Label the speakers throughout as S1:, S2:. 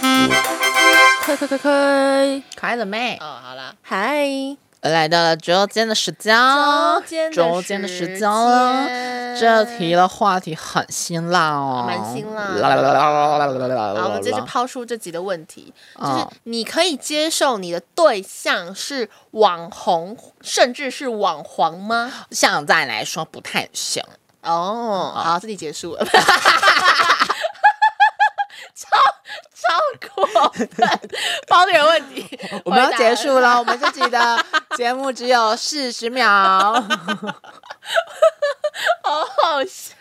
S1: 开开开开！
S2: 开了没？
S3: 哦，好啦，
S1: 嗨，
S2: 来到了周间的时间，
S1: 间
S2: 周间的时间了。这题的话题很辛辣哦，
S3: 蛮辛辣的
S2: 啦啦啦啦啦啦啦啦啦啦
S3: 好，我们接着抛出这集的问题，就是
S2: 嗯
S3: 你可以接受你的对象是网红，甚至是网黄吗？
S2: 现在来说不太行。
S3: 哦，好，这题结束了。超超过分，抛这个问题，
S2: 我们要
S3: 回答
S2: 结束了，我们这集的节目只有四十秒。
S3: 好好笑。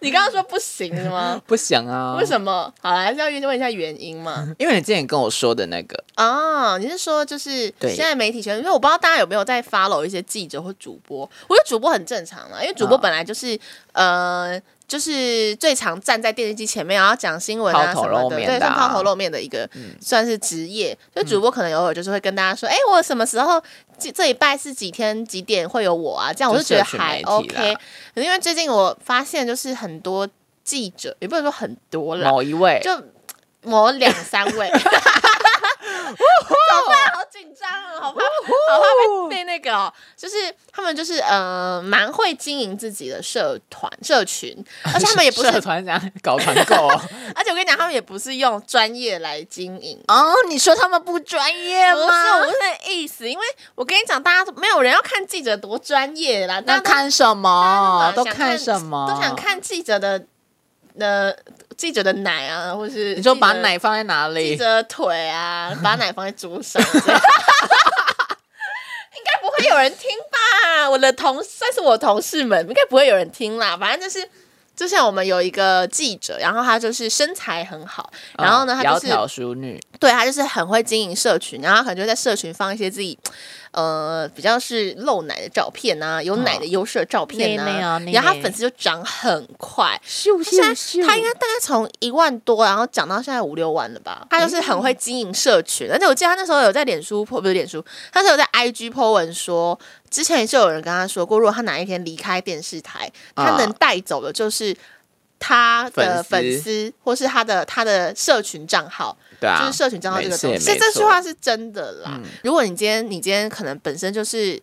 S3: 你刚刚说不行是吗？
S2: 不行啊，嗯
S3: 为？什么？好啦，还是要问一下原因嘛。
S2: 因为你之前跟我说的那个，
S3: 啊，你是说就是
S2: 对
S3: 现在媒体圈，因为我不知道大家有没有在 follow 一些记者或主播，我觉得主播很正常啦，因为主播
S2: 啊
S3: 本来就是、呃。就是最常站在电视机前面，然后讲新闻啊什
S2: 抛头
S3: 么
S2: 露
S3: 的，
S2: 面
S3: 对，
S2: 的
S3: 算
S2: 啊嗯
S3: 抛头露面的一个、算是职业。所以主播可能偶尔就是会跟大家说，哎、我什么时候这这礼拜是几天几点会有我啊？这样我
S2: 就
S3: 就觉得
S2: 社群
S3: 还
S2: 媒体
S3: OK
S2: 啦。
S3: 可是因为最近我发现，就是很多记者，也不能说很多啦，
S2: 某一位
S3: 就磨两三 位。怎么办？好紧张哦，好怕，好怕被被那个、哦，就是他们就是呃，蛮会经营自己的社团社群， 而且他们也不是，
S2: 社团长搞团购哦
S3: 而且我跟你讲，他们也不是用专业来经营。
S2: 哦，你说他们不专业
S3: 不是，我不是那意思，因为我跟你讲，大家都没有人要看记者多专业啦，大
S2: 那
S3: 家都
S2: 看什么？
S3: 大家
S2: 都
S3: 都想
S2: 看什么？
S3: 都想。看记者的呃记者的奶啊，或是
S2: 你说把
S3: 记者
S2: 奶放在哪
S3: 记
S2: 里？
S3: 者腿啊，把奶放在桌上。这样应该不会有人听吧？我的同算是我同事们，应该不会有人听啦。反正就是，就像我们有一个记者，然后他就是身材很好，然后呢，
S2: 嗯
S3: 他
S2: 窈
S3: 就是
S2: 窕淑女，
S3: 对他就是很会经营社群，然后他可能就在社群放一些自己，呃，比较是露奶的照片啊，有奶的优势的照片
S2: 内内
S3: 啊，
S2: 啊内内
S3: 然后他粉丝就涨很快，
S2: 秀
S3: 他现在他应该大概从一万多，然后涨到现在五六万了吧？他就是很会经营社群，而且我记得他那时候有在脸书破，不是脸书，他是有在 IG 破文说，之前就有人跟他说过，如果他哪一天离开电视台，他
S2: 啊
S3: 能带走的就是他的
S2: 粉丝
S3: 粉丝，或是他的他的社群账号。
S2: 对啊，
S3: 就是社群账号这个东西，
S2: 没
S3: 所
S2: 错嗯
S3: 以这句话是真的啦。如果你今天你今天可能本身就是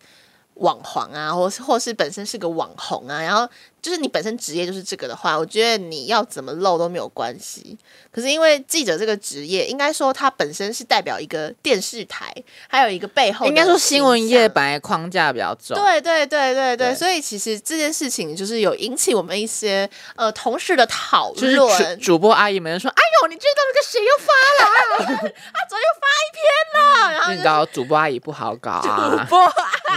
S3: 网黄啊，或是或是本身是个网红啊，然后就是你本身职业就是这个的话，我觉得你要怎么露都没有关系。可是因为记者这个职业，应该说它本身是代表一个电视台，还有一个背后的
S2: 应该说新闻业
S3: 形象
S2: 本来框架比较重，
S3: 对对对对对，
S2: 对
S3: 所以其实这件事情就是有引起我们一些呃同事的讨
S2: 就是
S3: 论，
S2: 主 主播阿姨们就说，哎呦，你知道那个谁又发哎
S3: 他昨天又发一篇了，然后
S2: 了？你知道主播阿姨不好搞啊，
S3: 播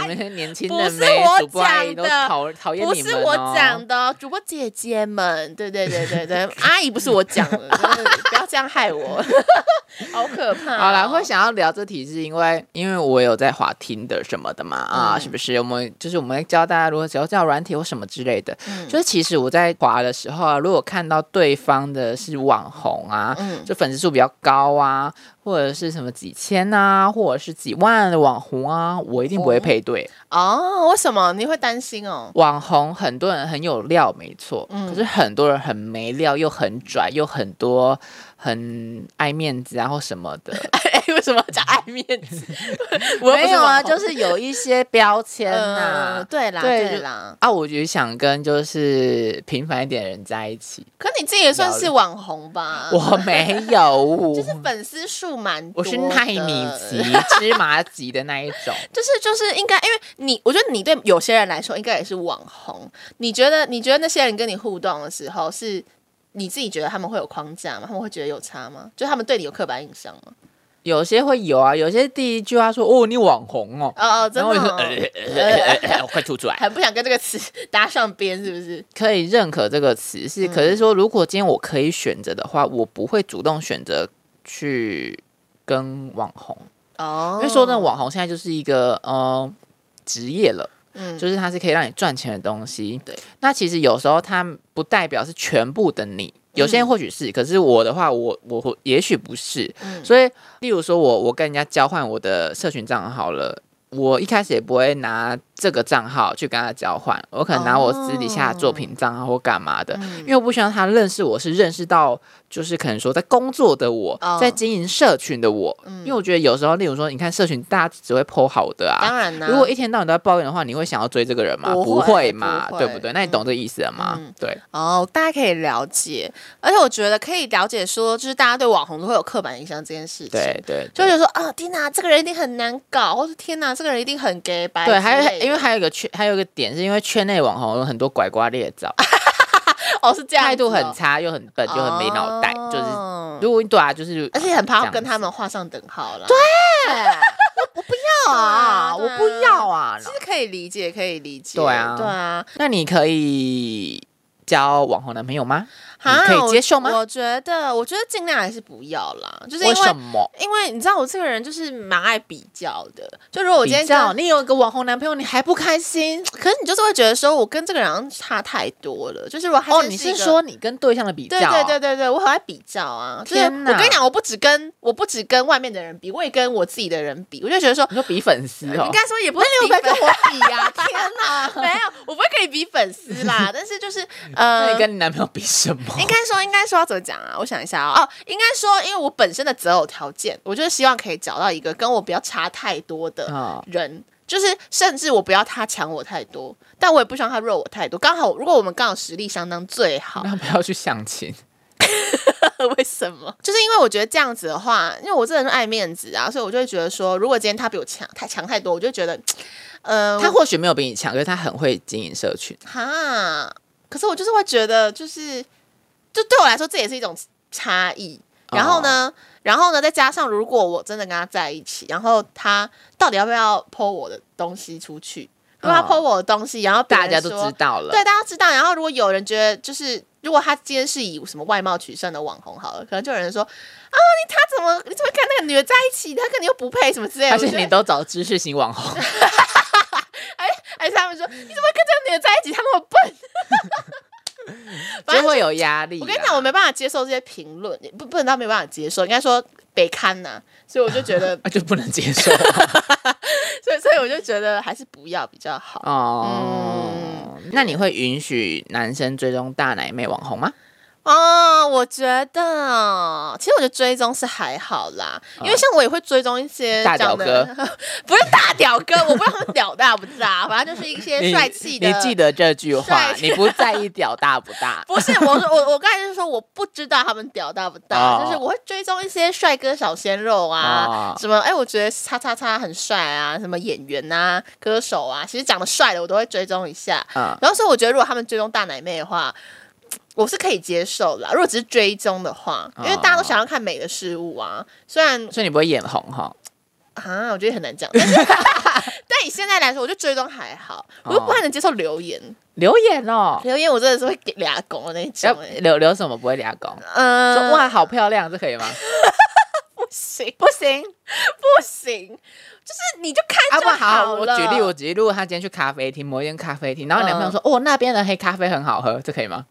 S2: 你们这些年轻
S3: 不
S2: 的
S3: 是
S2: 妹
S3: 我，
S2: 主播阿姨
S3: 讲
S2: 都
S3: 的
S2: 讨讨厌
S3: 不
S2: 你
S3: 是
S2: 们
S3: 我
S2: 哦
S3: 讲的哦，主播姐姐们，对对对对 对，阿姨不是我讲的，真的不要这样害我， 好可怕哦、
S2: 好啦，会想要聊这题是因为，因为我有在滑听的什么的嘛，啊，
S3: 嗯
S2: 是不是？我们就是我们会教大家如何使用教软体或什么之类的。
S3: 嗯
S2: 就是其实我在滑的时候啊，如果看到对方的是网红啊，
S3: 嗯
S2: 就粉丝数比较高啊，或者是什么几千啊，或者是几万的网红啊，我一定不会配对。
S3: 哦，为什么你会担心哦？
S2: 网红很多人很有料，没错，
S3: 嗯
S2: 可是很多人很没料，又很拽，又很多很爱面子啊或什么的。
S3: 哎， 为什么要讲爱面子？我又不
S2: 没有啊，
S3: 网红
S2: 就是有一些标签呐、
S3: 嗯，对啦
S2: 对
S3: 对
S2: 就
S3: 啦，
S2: 啊，我就想跟就是平凡一点的人在一起，
S3: 可你自己也算是网红吧？
S2: 我没有，
S3: 就是粉丝数蛮
S2: 我
S3: 多的，
S2: 是奈米级、芝麻级的那一种。
S3: 就是就是应该，因为你，我觉得你对有些人来说应该也是网红。你觉得你觉得那些人跟你互动的时候，是你自己觉得他们会有框架吗？他们会觉得有差吗？就他们对你有刻板印象吗？
S2: 有些会有啊，有些第一句话说哦你网红哦，
S3: 哦哦，真
S2: 然后我
S3: 的
S2: 就
S3: 哦、
S2: 呃呃呃呃，快吐出来。
S3: 很不想跟这个词 搭上边，是不是？
S2: 可以认可这个词是，可是说如果今天我可以选择的话，我不会主动选择去跟网红，
S3: 哦
S2: 因为说真的，网红现在就是一个呃职业了。
S3: 嗯
S2: 就是它是可以让你赚钱的东西。
S3: 对，
S2: 那其实有时候它不代表是全部的你，
S3: 嗯
S2: 有些人或许是，可是我的话，我我我也许不是。
S3: 嗯
S2: 所以，例如说我我跟人家交换我的社群账号了，我一开始也不会拿这个账号去跟他交换，我可能拿我私底下的作品账号或干嘛
S3: 哦
S2: 的，
S3: 嗯
S2: 因为我不希望他认识我是认识到，就是可能说在工作的我，
S3: 哦嗯
S2: 在经营社群的我，因为我觉得有时候，例如说，你看社群大家只会 PO 好的啊，
S3: 当然啦、
S2: 如果一天到晚都在抱怨的话，你会想要追这个人吗？
S3: 不
S2: 不
S3: 会
S2: 嘛，
S3: 不会
S2: 对不对？那你懂这意思了吗？对，
S3: 哦，大家可以了解，而且我觉得可以了解说，就是大家对网红都会有刻板印象这件事情，
S2: 对，对，
S3: 就
S2: 对
S3: 会觉得说啊，天哪，这个人一定很难搞，或是天哪，这个人一定很 gay 白之
S2: 对，
S3: 类的，
S2: 还有因为还有一个圈，还有一个点是因为圈内网红有很多拐瓜裂枣，
S3: 哦是这样子哦，
S2: 态度很差，又很笨，又很没脑袋，就是。
S3: 是，
S2: 如果你对啊，就是
S3: 哦
S2: 嗯
S3: 而且很怕
S2: 这
S3: 要
S2: 样
S3: 跟
S2: 子啊
S3: 他们画上等号了，对，啊
S2: 要啊，
S3: 对
S2: 我
S3: 啊
S2: 不要啊。
S3: 其实可以理解，可以理解，
S2: 对啊
S3: 对啊，
S2: 那你可以交网红男朋友吗？你
S3: 啊
S2: 可以接受吗
S3: 我我觉得，我觉得尽量还是不要啦，就是因
S2: 为
S3: 为
S2: 什么？
S3: 因为你知道我这个人就是蛮爱比较的，就如果我今天
S2: 比
S3: 跟
S2: 较，你有一个网红男朋友，你还不开心？
S3: 可是你就是会觉得说，我跟这个人好像差太多了。就是我还
S2: 哦，
S3: 真
S2: 你
S3: 一
S2: 是
S3: 个
S2: 说你跟对象的比较？啊
S3: 对对对对对，我很爱比较啊。就是我
S2: 天哪
S3: 跟你讲，我不只跟我不只跟外面的人比，我也跟我自己的人比。我就觉得说，
S2: 你说比粉丝哦
S3: 应？该说也不会
S2: 你有
S3: 比
S2: 没有
S3: 粉
S2: 跟我比呀、天哪！
S3: 没有，我不会跟你比粉丝啦。 但是就是
S2: 那
S3: 呃
S2: 你，跟你男朋友比什么？
S3: 应该说，应该说要怎么讲啊？我想一下哦，哦，应该说，因为我本身的择偶条件，我就是希望可以找到一个跟我不要差太多的
S2: 哦
S3: 人，就是甚至我不要他强我太多，但我也不希望他弱我太多。刚好，如果我们刚好实力相当最好，
S2: 那不要去相亲，
S3: 为什么？就是因为我觉得这样子的话，因为我这人爱面子啊，所以我就会觉得说，如果今天他比我强太强太多，我就觉得，呃，
S2: 他或许没有比你强，可是他很会经营社群。
S3: 哈，可是我就是会觉得，就是就对我来说，这也是一种差异。然后呢
S2: 哦
S3: 然后呢，再加上如果我真的跟他在一起，然后他到底要不要剖我的东西出去？如果他
S2: 哦
S3: 剖我的东西，然后别
S2: 大
S3: 人
S2: 家都
S3: 说
S2: 知道了，
S3: 对，大家知道。然后如果有人觉得，就是如果他今天是以什么外貌取胜的网红好了，可能就有人说啊，你他怎么你怎么跟那个女的在一起？他肯定又不配什么之类的。
S2: 而
S3: 我
S2: 且
S3: 觉
S2: 你
S3: 得
S2: 都找知识型网红，
S3: 还是他们说你怎么跟这个女的在一起？她那么笨。 反正
S2: 就会有压力啊。，
S3: 我跟你讲，我没办法接受这些评论，也不不能到没办法接受，应该说北刊呐、所以我就觉得
S2: 啊就不能接 受
S3: 所以所以我就觉得还是不要比较好。
S2: 哦。那你会允许男生追踪大奶妹网红吗？
S3: 哦，我觉得，哦其实我觉得追踪是还好啦，因为像我也会追踪一些
S2: 大屌
S3: 长得， 不是大屌哥，我不知道他们屌大不大，反正就是一些
S2: 你
S3: 帅气的。
S2: 你记得这句话
S3: 帅，气？
S2: 你不在意屌大不大
S3: 不是我说我我刚才是说我不知道他们屌大不大，
S2: 哦
S3: 就是我会追踪一些帅哥小鲜肉啊，
S2: 哦
S3: 什么哎、我觉得叉叉叉很帅啊，什么演员啊、歌手啊，其实长得帅的我都会追踪一下。
S2: 嗯，
S3: 然后所以我觉得如果他们追踪大奶妹的话，我是可以接受啦。如果只是追踪的话，因为大
S2: 啊
S3: 家都想要看美的事物啊，虽然
S2: 所以你不会眼红哈？
S3: 啊，我觉得很难讲，但 是但以现在来说，我就追踪还好，我又
S2: 啊
S3: 不太能接受留言，
S2: 留言哦，
S3: 留言我真的是会给俩拱的那种、
S2: 要
S3: 欸。
S2: 留留什么不呃会俩拱？
S3: 嗯
S2: 说哇，好漂亮，这可以吗？
S3: 不行，不行， 不行，就是你就
S2: 啊
S3: 看
S2: 不
S3: 就
S2: 好，我
S3: 了嗯
S2: 举例，我举例，如果他今天去咖啡厅，某一间咖啡厅，然后男朋友说、哦那边的黑咖啡很好喝，这可以吗？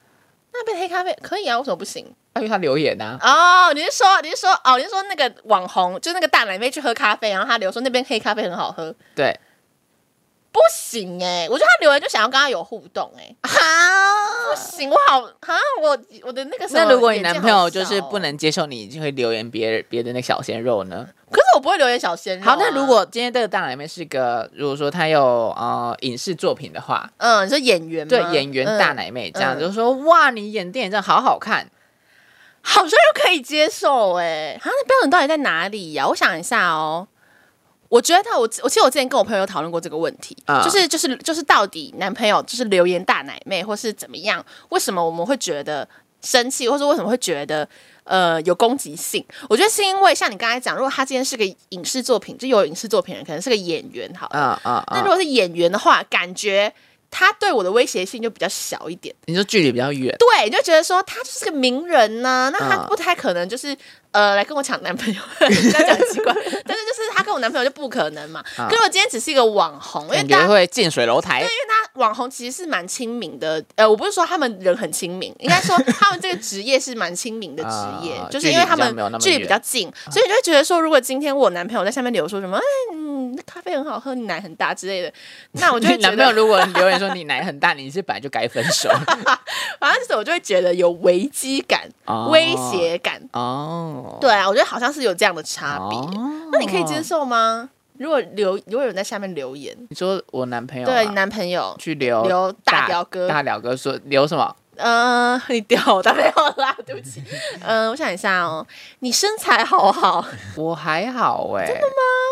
S3: 那杯黑咖啡可以啊，为什么不行？
S2: 啊因为他留言呐、啊。
S3: 哦，你是说你是说哦，你是说那个网红，就那个大奶妹去喝咖啡，然后她留说那边黑咖啡很好喝，
S2: 对，
S3: 不行哎、我觉得她留言就想要跟她有互动哎、不行，我好啊，我我的那个什么
S2: 那如果你
S3: 眼界
S2: 男朋友
S3: 好小
S2: 就是
S3: 哦
S2: 不，能接受你就会留言别人别的那个小鲜肉呢？
S3: 可是我不会留言小鲜肉啊、
S2: 好，那如果今天这个大奶妹是个，如果说她有呃影视作品的话，
S3: 嗯，你说演员吗
S2: 对演员大、
S3: 嗯
S2: 奶妹这样
S3: 嗯
S2: 子，就说哇你演电影这样好好看，
S3: 好像又可以接受哎、啊，那标准到底在哪里呀、我想一下哦。我觉得我我其实我之前跟我朋友讨论过这个问题，
S2: 啊
S3: 就是就是就是到底男朋友就是留言大奶妹或是怎么样，为什么我们会觉得生气，或是为什么会觉得呃有攻击性？我觉得是因为像你刚才讲，如果他今天是个影视作品，就有影视作品的人，可能是个演员好了，
S2: 啊啊
S3: 那如
S2: 啊，
S3: 果是演员的话，感觉他对我的威胁性就比较小一点。
S2: 你说距离比较远，
S3: 对，你就觉得说他就是个名人呐、那他
S2: 嗯
S3: 不太可能就是、呃来跟我抢男朋友， 这样讲很奇怪。 但是就是他跟我男朋友就不可能嘛。
S2: 嗯
S3: 可是我今天只是一个网红，因为
S2: 感
S3: 大
S2: 觉
S3: 家。
S2: 会近水楼台
S3: 因为他网红其实是蛮亲民的，呃，我不是说他们人很亲民，应该 说他们这个职业是蛮亲民的职业
S2: 啊，
S3: 就是因为他
S2: 距离比较没有那
S3: 们
S2: 么啊
S3: 距离比较近，所以你就会觉得说，如果今天我男朋友在下面留说什么，哎，嗯，咖啡很好喝，你奶很大之类的，那我就
S2: 你
S3: 会
S2: 男
S3: 觉
S2: 朋友
S3: 得，
S2: 如果留言说你奶很大，你是本来就该分 手
S3: 反正就是我就会觉得有危机感、威胁感。
S2: 哦。
S3: 对啊啊，我觉得好像是有这样的差别。
S2: 哦
S3: 那你可以接受吗？如果留，如果有人在下面留言，
S2: 你说我男朋友啊
S3: 对你男朋友，
S2: 去留
S3: 留大表哥
S2: 大表哥说留什么？
S3: 呃， 你掉我男朋友啦， 对不起。嗯、我想一下哦，你身材好好，
S2: 我还好哎、真的吗？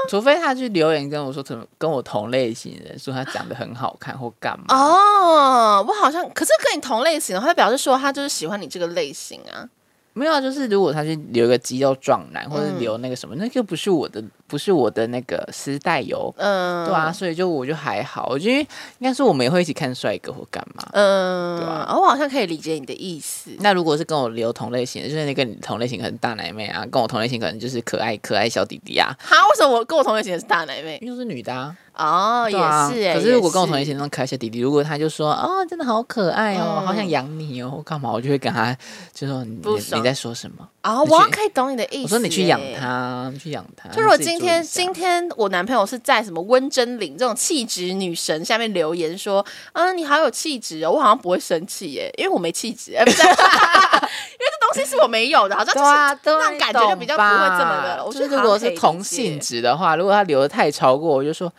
S2: 除非他去留言跟我说同跟我同类型的人说他长得很好看或干嘛，
S3: 哦，我好像可是跟你同类型的话，表示说他就是喜欢你这个类型啊。
S2: 没有啊，就是如果他去留一个肌肉壮男或者
S3: 嗯
S2: 留那个什么，那就不是我的不是我的那个丝带油，
S3: 嗯、
S2: 对啊，，所以就我就还好，我觉得应该是我们也会一起看帅哥或干嘛。
S3: 嗯、
S2: 对啊
S3: 哦我好像可以理解你的意思。
S2: 那如果是跟我留同类型的，就是那个同类型可能大奶妹啊，跟我同类型可能就是可爱可爱小弟弟啊，
S3: 哈，为什么我跟我同类型的是大奶妹？
S2: 因为都是女的啊。
S3: 哦，也
S2: 对啊
S3: 是哎、
S2: 可是如果
S3: 也
S2: 跟我同一型那种可爱小弟弟，如果他就说哦，真的好可爱哦，
S3: 嗯
S2: 好想养你哦，或干嘛，我就会跟他就说你
S3: 不
S2: 你
S3: 爽
S2: 你在说什么？
S3: 啊、
S2: 你
S3: 我好像
S2: 去
S3: 可以懂你的意思、
S2: 我说你去养
S3: 欸。
S2: 它，你去养它。
S3: 就如果
S2: 啊你自
S3: 今
S2: 己注意
S3: 天
S2: 一下
S3: 今天我男朋友是在什么温真菱这种气质女神下面留言说，嗯，你好有气质哦，我好像不会生气耶，因为我没气质，哎，不是，因为 这东西是我没有的，好像就
S2: 对
S3: 是
S2: 啊，对啊
S3: 让
S2: 你
S3: 感觉就
S2: 懂
S3: 比较不会这么的
S2: 吧
S3: 了。我
S2: 就
S3: 觉得
S2: 是
S3: 好
S2: 如
S3: 像
S2: 果
S3: 可
S2: 是
S3: 以
S2: 同
S3: 理解
S2: 性，质的话，如果他留的太超过，我就说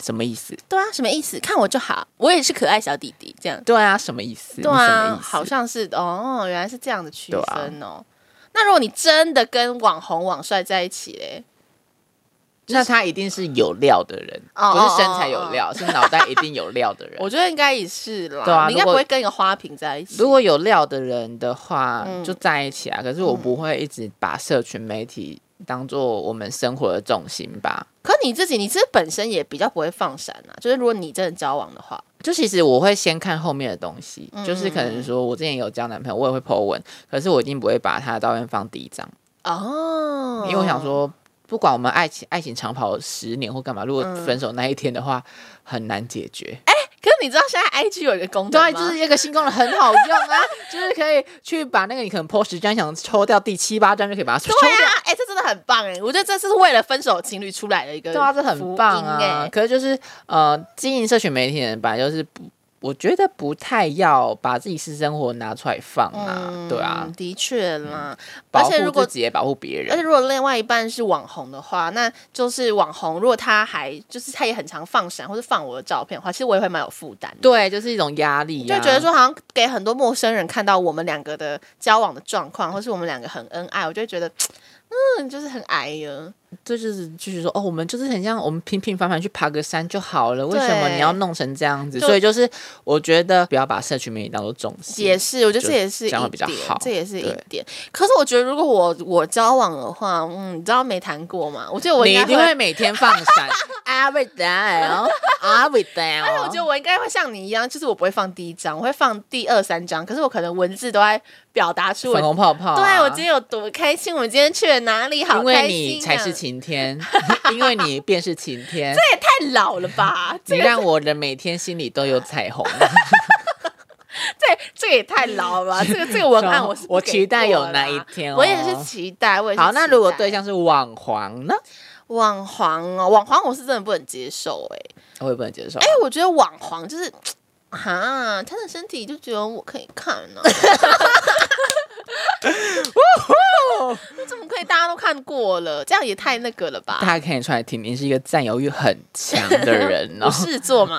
S2: 什么意思？
S3: 对啊，什么意思？看我就好，我也是可爱小弟弟这样，
S2: 对啊，什么意思？
S3: 对
S2: 你什么
S3: 啊
S2: 意，思
S3: 好像是哦，原来是这样的区
S2: 对啊
S3: 分哦。那如果你真的跟网红网帅在一起嘞，
S2: 那他一定是有料的人，
S3: 哦
S2: 不是身材有料，是脑袋一定有料的 人。
S3: 我觉得应该也是啦，
S2: 对啊
S3: 你应该
S2: 如
S3: 不
S2: 果
S3: 会跟一个花瓶在一起。
S2: 如果有料的人的话，
S3: 嗯
S2: 就在一起啊。可是我不会一直把社群媒体当做我们生活的重心吧。
S3: 可你自己，你自己本身也比较不会放闪啊。就是如果你真的交往的话，
S2: 就其实我会先看后面的东西，
S3: 嗯
S2: 就是可能说我之前有交男朋友，我也会 po 文，可是我一定不会把他的照片放第一张，
S3: 哦
S2: 因为我想，说。不管我们爱情爱情长跑十年或干嘛，如果
S3: 嗯
S2: 分手那一天的话，很难解决。
S3: 可是你知道现在 IG 有一个功能
S2: 对啊，
S3: 吗
S2: 就是一个新功能很好用啊， 就是可以去把那个你可能 po 十张想抽掉第七八张就可以把它抽
S3: 对
S2: 掉。
S3: 啊，哎、这真的很棒哎、我觉得这是为了分手情侣出来的一个
S2: 对啊，这很棒
S3: 福音
S2: 啊！
S3: 哎
S2: 可是就是呃，经营社群媒体的人本来就是不，我觉得不太要把自己私生活拿出来放啊，
S3: 嗯
S2: 对啊，嗯
S3: 的确啦。而
S2: 保
S3: 且如
S2: 护
S3: 果
S2: 自己也保护别
S3: 而且
S2: 人。
S3: 如果另外一半是网红的话，那就是网红，如果他还就是他也很常放闪或者放我的照片的话，其实我也会蛮有负担的。
S2: 对，就是一种压力、
S3: 就
S2: 啊，
S3: 会觉得说，好像给很多陌生人看到我们两个的交往的状况，或是我们两个很恩爱，我就会觉得，嗯，就是很矮呀。
S2: 这就是就是说，哦，我们就是很像我们平平凡凡去爬个山就好了，为
S3: 对
S2: 什么你要弄成这样子？
S3: 就
S2: 所以就是我觉得不要把社群媒体当做重心，
S3: 也是，我觉得这
S2: 就
S3: 也是一
S2: 这样会
S3: 点，
S2: 比较好
S3: 这也是一
S2: 对
S3: 点。可是我觉得，如果我我交往的话，嗯，你知道没谈过吗？我觉得我应
S2: 你
S3: 该
S2: 一定
S3: 会
S2: 会每天 放闪，everything，everything。
S3: 哎但是我觉得我应该会像你一样，就是我不会放第一张，我会放第二三张。可是我可能文字都在表达出
S2: 粉
S3: 我，
S2: 红泡泡、啊，
S3: 对我今天有多开心，我们今天去了哪里，好
S2: 因为
S3: 开心、啊。
S2: 你才是晴天， 因为你便是晴 天，
S3: 太老了吧？ 这
S2: 你
S3: 个
S2: 让我的每天心里都有彩虹。
S3: 这这也太老了吧？这个这个文 案我是不
S2: 我
S3: 给
S2: 期待
S3: 过
S2: 有
S3: 啦
S2: 那一天哦
S3: 我也是期待，我也是
S2: 好，那
S3: 期
S2: 如果
S3: 待
S2: 对象是网黄呢？
S3: 网黄哦，网黄我是真的不能接受哎、
S2: 我也不能接受。
S3: 哎、我觉得网黄就是。哈，他的身体就只有我可以看啊 呢、怎么可以大家都看过了？这样也太那个了吧？
S2: 大家看得出来，婷婷是一个占有欲很强的 人哦
S3: 我。狮子座嘛，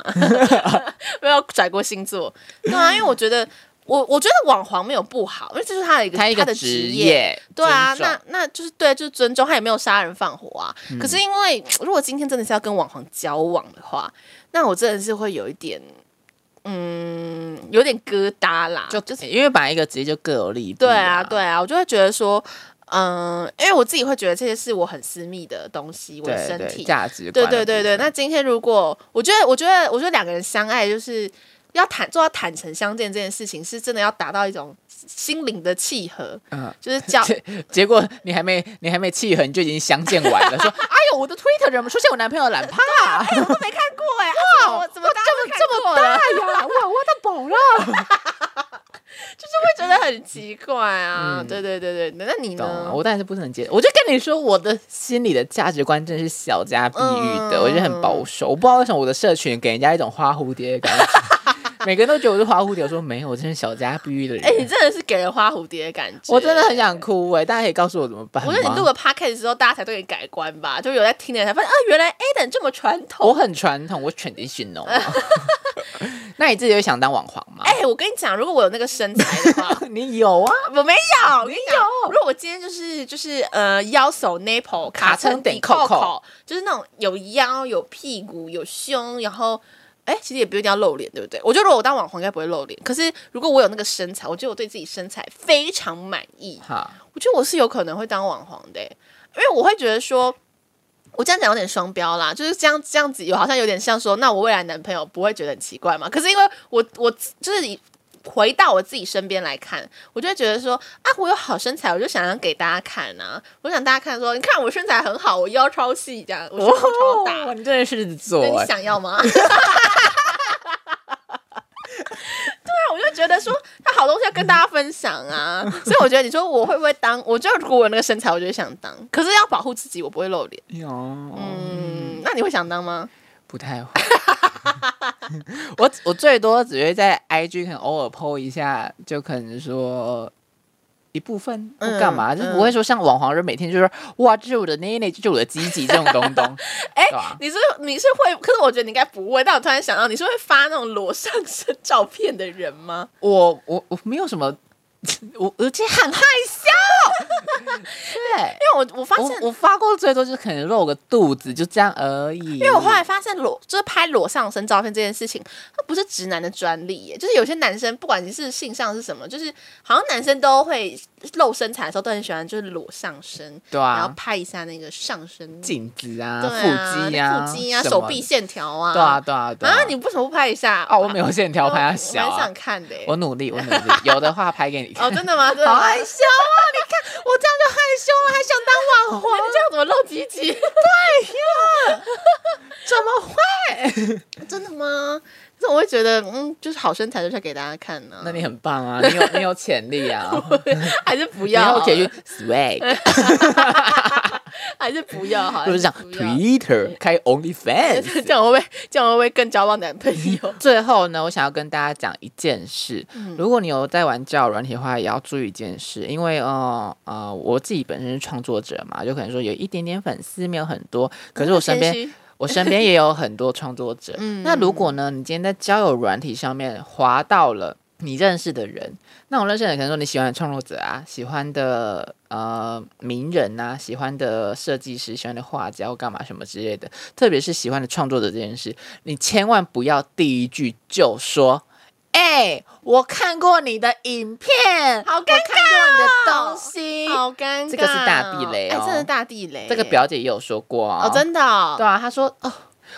S3: 没有拽过星座。对啊，因为我觉得我我觉得网黄没有不好，因为这就是他的一个
S2: 他一个
S3: 的
S2: 职
S3: 业，
S2: 业，
S3: 对啊，
S2: 尊重嗯
S3: 那那就是对，就是尊重，他也没有杀人放火啊。可是因为如果今天真的是要跟网红交往的话，那我真的是会有一点，嗯，有点疙瘩啦。
S2: 就就是因为本来一个职业就各有利
S3: 啊
S2: 弊、
S3: 对啊，。对啊，我就会觉得说，嗯、因为我自己会觉得这些是我很私密的东西，我的身
S2: 对对，
S3: 体，
S2: 价值观
S3: 对
S2: 的
S3: 对对对。那今天如果我觉得，我觉得，我觉得两个人相爱就是。要坦做到坦诚相见这件事情，是真的要达到一种心灵的契合，
S2: 嗯
S3: 就是交
S2: 部分， 结果你还没你还没气痕就已经相见完了，说 哎呦我的 Twitter 怎么出现我男朋友的懒趴、啊？
S3: 我都没看过哎、啊，怎么我怎么大家都看过了？很奇怪啊。
S2: 嗯
S3: 对对对对，那你
S2: 懂啊
S3: 呢？
S2: 我当然是不能接受。我就跟你说，我的心里的价值观真的是小家碧玉的，
S3: 嗯
S2: 我就很保守。我不知道为什么我的社群给人家一种花蝴蝶的感觉， 每个人都觉得我是花蝴蝶。我说没有，我真是小家碧玉的人。
S3: 哎、你真的是给人花蝴蝶的感觉，
S2: 我真的很。想哭哎、大家可以告诉我怎么办吗？
S3: 我觉得你录了 podcast 之后，大家才对你改观吧，就有在听的人才发现啊，原来 Aden 这么传
S2: 我
S3: 统。
S2: 很传统，我 traditional 啊。 那你自己会想当网黄吗？
S3: 哎、我跟你讲，如果我有那个身材的话，
S2: 你有啊？
S3: 我没有，我跟你讲，如果我今天就是就是呃腰手 nipple
S2: 卡
S3: 称
S2: 称
S3: 顶
S2: 顶
S3: 扣
S2: 扣
S3: 扣
S2: 扣，
S3: 就是那种有腰有屁股有胸，然后哎、其实也不一定要露脸，对不对？我觉得如果我当网红应该不会露脸，可是如果我有那个身材，我觉得我对自己身材非常满意，
S2: 好，
S3: 我觉得我是有可能会当网红的、欸因为我会觉得说。我这样讲有点双标啦，就是这样这样子，有好像有点像说，那我未来男朋友不会觉得很奇怪嘛？可是因为我我就是以回到我自己身边来看，我就会觉得说啊，我有好身材，我就想要给大家看啊，我想大家看说，你看我身材很好，我腰超细，这样我胸部超大，
S2: 哦，你真的狮子座
S3: 对你
S2: 哎、
S3: 想要吗？对啊，我就觉得说，他好东西要跟大家分享啊，所以我觉得你说我会不会当？我就如果我有那个身材，我就会想当，可是要保护自己，我不会露脸。
S2: 有、
S3: 嗯，那你会想当吗？
S2: 不太会。 我我最多只会在 IG 可能偶尔 PO 一下，就可能说一部分或干嘛，
S3: 嗯
S2: 就是不会说像网黄人每天就说哇，这是我的内内，这是我的鸡鸡这种东 东，
S3: 哎
S2: 对吧？
S3: 你是你是会，可是我觉得你应该不会。但我突然想到，你是会发那种裸上身照片的人吗？
S2: 我我我没有什么， 我我其实很害羞，
S3: 因为我我发
S2: 对，
S3: 现，
S2: 我我发过最多就是可能露个肚子，就这样而已。
S3: 因为我后来发现裸就是拍裸上身照片这件事情，它不是直男的专利耶，就是有些男生不管你是性上是什么，就是好像男生都会露身材的时候都很喜欢就是裸上身，
S2: 对
S3: 然后
S2: 啊，
S3: 拍一下那个上身，
S2: 颈子啊，
S3: 对啊，
S2: 腹肌
S3: 那
S2: 啊，
S3: 腹肌啊，
S2: 什
S3: 手
S2: 么
S3: 臂，线条啊，
S2: 对啊对啊对
S3: 啊，你为什么不拍一下？
S2: 哦，我没有线条
S3: 我
S2: 拍啊，小
S3: 我蛮
S2: 啊
S3: 想看的耶。
S2: 我努力，我努力，有的话拍给你 看。
S3: 哦，真的吗？真的吗
S2: 好害羞
S3: 啊！你看我这样就害羞了，还想当网红？你哦这样怎么露鸡鸡？
S2: 怎么会？
S3: 真的吗？可是我会觉得，嗯，就是好身材就是要给大家看呢、
S2: 那你很棒啊， 你有你有潜力啊，
S3: 还是不
S2: 你以
S3: 要好
S2: 后
S3: 了，
S2: 可以去 swag，
S3: 还是不要好了，
S2: 或者是讲
S3: 还是不要
S2: Twitter 开 OnlyFans。
S3: 这样会不会这样会不会更交到男朋友？
S2: 最后呢，我想要跟大家讲一件事，如果你有在玩交友软体的话，也要注意一件事，因为呃呃，我自己本身是创作者嘛，就可能说有一点点粉丝，没有很多，可是我身边
S3: 谦虚
S2: 我身边也有很多创作者。
S3: 嗯
S2: 那如果呢，你今天在交友软体上面滑到了你认识的人，那我认识的人可能说你喜欢的创作者啊，喜欢的呃名人啊，喜欢的设计师，喜欢的画家或干嘛什么之类的，特别是喜欢的创作者这件事，你千万不要第一句就说。哎、我看过你的影片，
S3: 好尴
S2: 我看过你的
S3: 尬哦
S2: 东西。
S3: 好尴尬哦，
S2: 这个是大地雷哦
S3: 哎，真的大地雷。
S2: 这个表姐也有说过啊、
S3: 哦，真的哦
S2: 对啊，他说哦。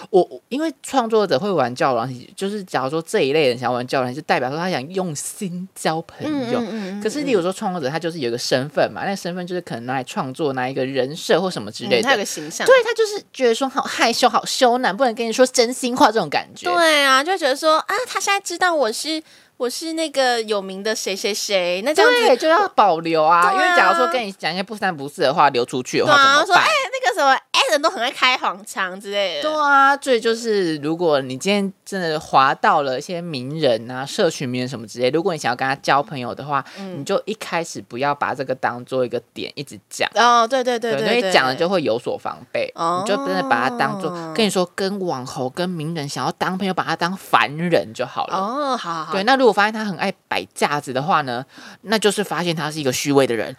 S2: 我我因为创作者会玩交友软体，就是假如说这一类人想要玩交友软体，就代表说他想用心交朋友。
S3: 嗯
S2: 可是，例如说创作者，他就是有一个身份嘛，那个身份就是可能拿来创作，拿一个人设或什么之类
S3: 嗯
S2: 的。
S3: 他有个形象，
S2: 对他就是觉得说好害羞、好羞赧，不能跟你说真心话这种感觉。
S3: 对啊，就会觉得说啊，他现在知道我是我是那个有名的谁谁谁，那这样
S2: 对
S3: 子。
S2: 就要保留啊，
S3: 对
S2: 因
S3: 啊
S2: 为假如说跟你讲一些不三不四的话流出去的
S3: 对
S2: 话，
S3: 啊，
S2: 怎么
S3: 说哎
S2: 办？，
S3: 那个什么，哎，人都很爱开黄腔之类的。
S2: 对啊，所以就是如果你今天真的滑到了一些名人啊、社群名人什么之类，如果你想要跟他交朋友的话，
S3: 嗯
S2: 你就一开始不要把这个当做一个点一直讲。
S3: 哦，对对对对，
S2: 因为讲了就会有所防备，
S3: 哦
S2: 你就真的把他当做跟你说跟网红、跟名人想要当朋友，把他当凡人就好了。
S3: 哦，好好好，
S2: 对，那如果发现他很爱摆架子的话呢，那就是发现他是一个虚伪的人。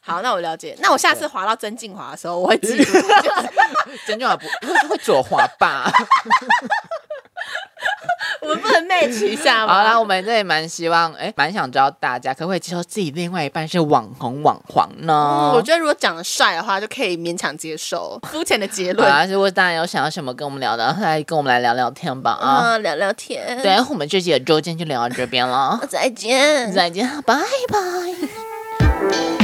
S3: 好，那我了解。那我下次滑到曾静华的时候，我会记 住。
S2: 真正的不会会左滑吧？
S3: 我们不能 match 一下吗？
S2: 好啦，我们这也蛮希望，哎、蛮想知道大家可不可以接受自己另外一半是网红网黄呢？
S3: 嗯我觉得如果长得帅的话，就可以勉强接受。肤浅的结
S2: 好啊
S3: 论，
S2: 啦，如果大家有想要什么跟我们聊的，来跟我们来聊聊天吧啊！
S3: 嗯，聊聊天。哦
S2: 对，，啊我们
S3: ，
S2: 这期的周间就聊到这边了
S3: 再见。
S2: 再见，拜拜。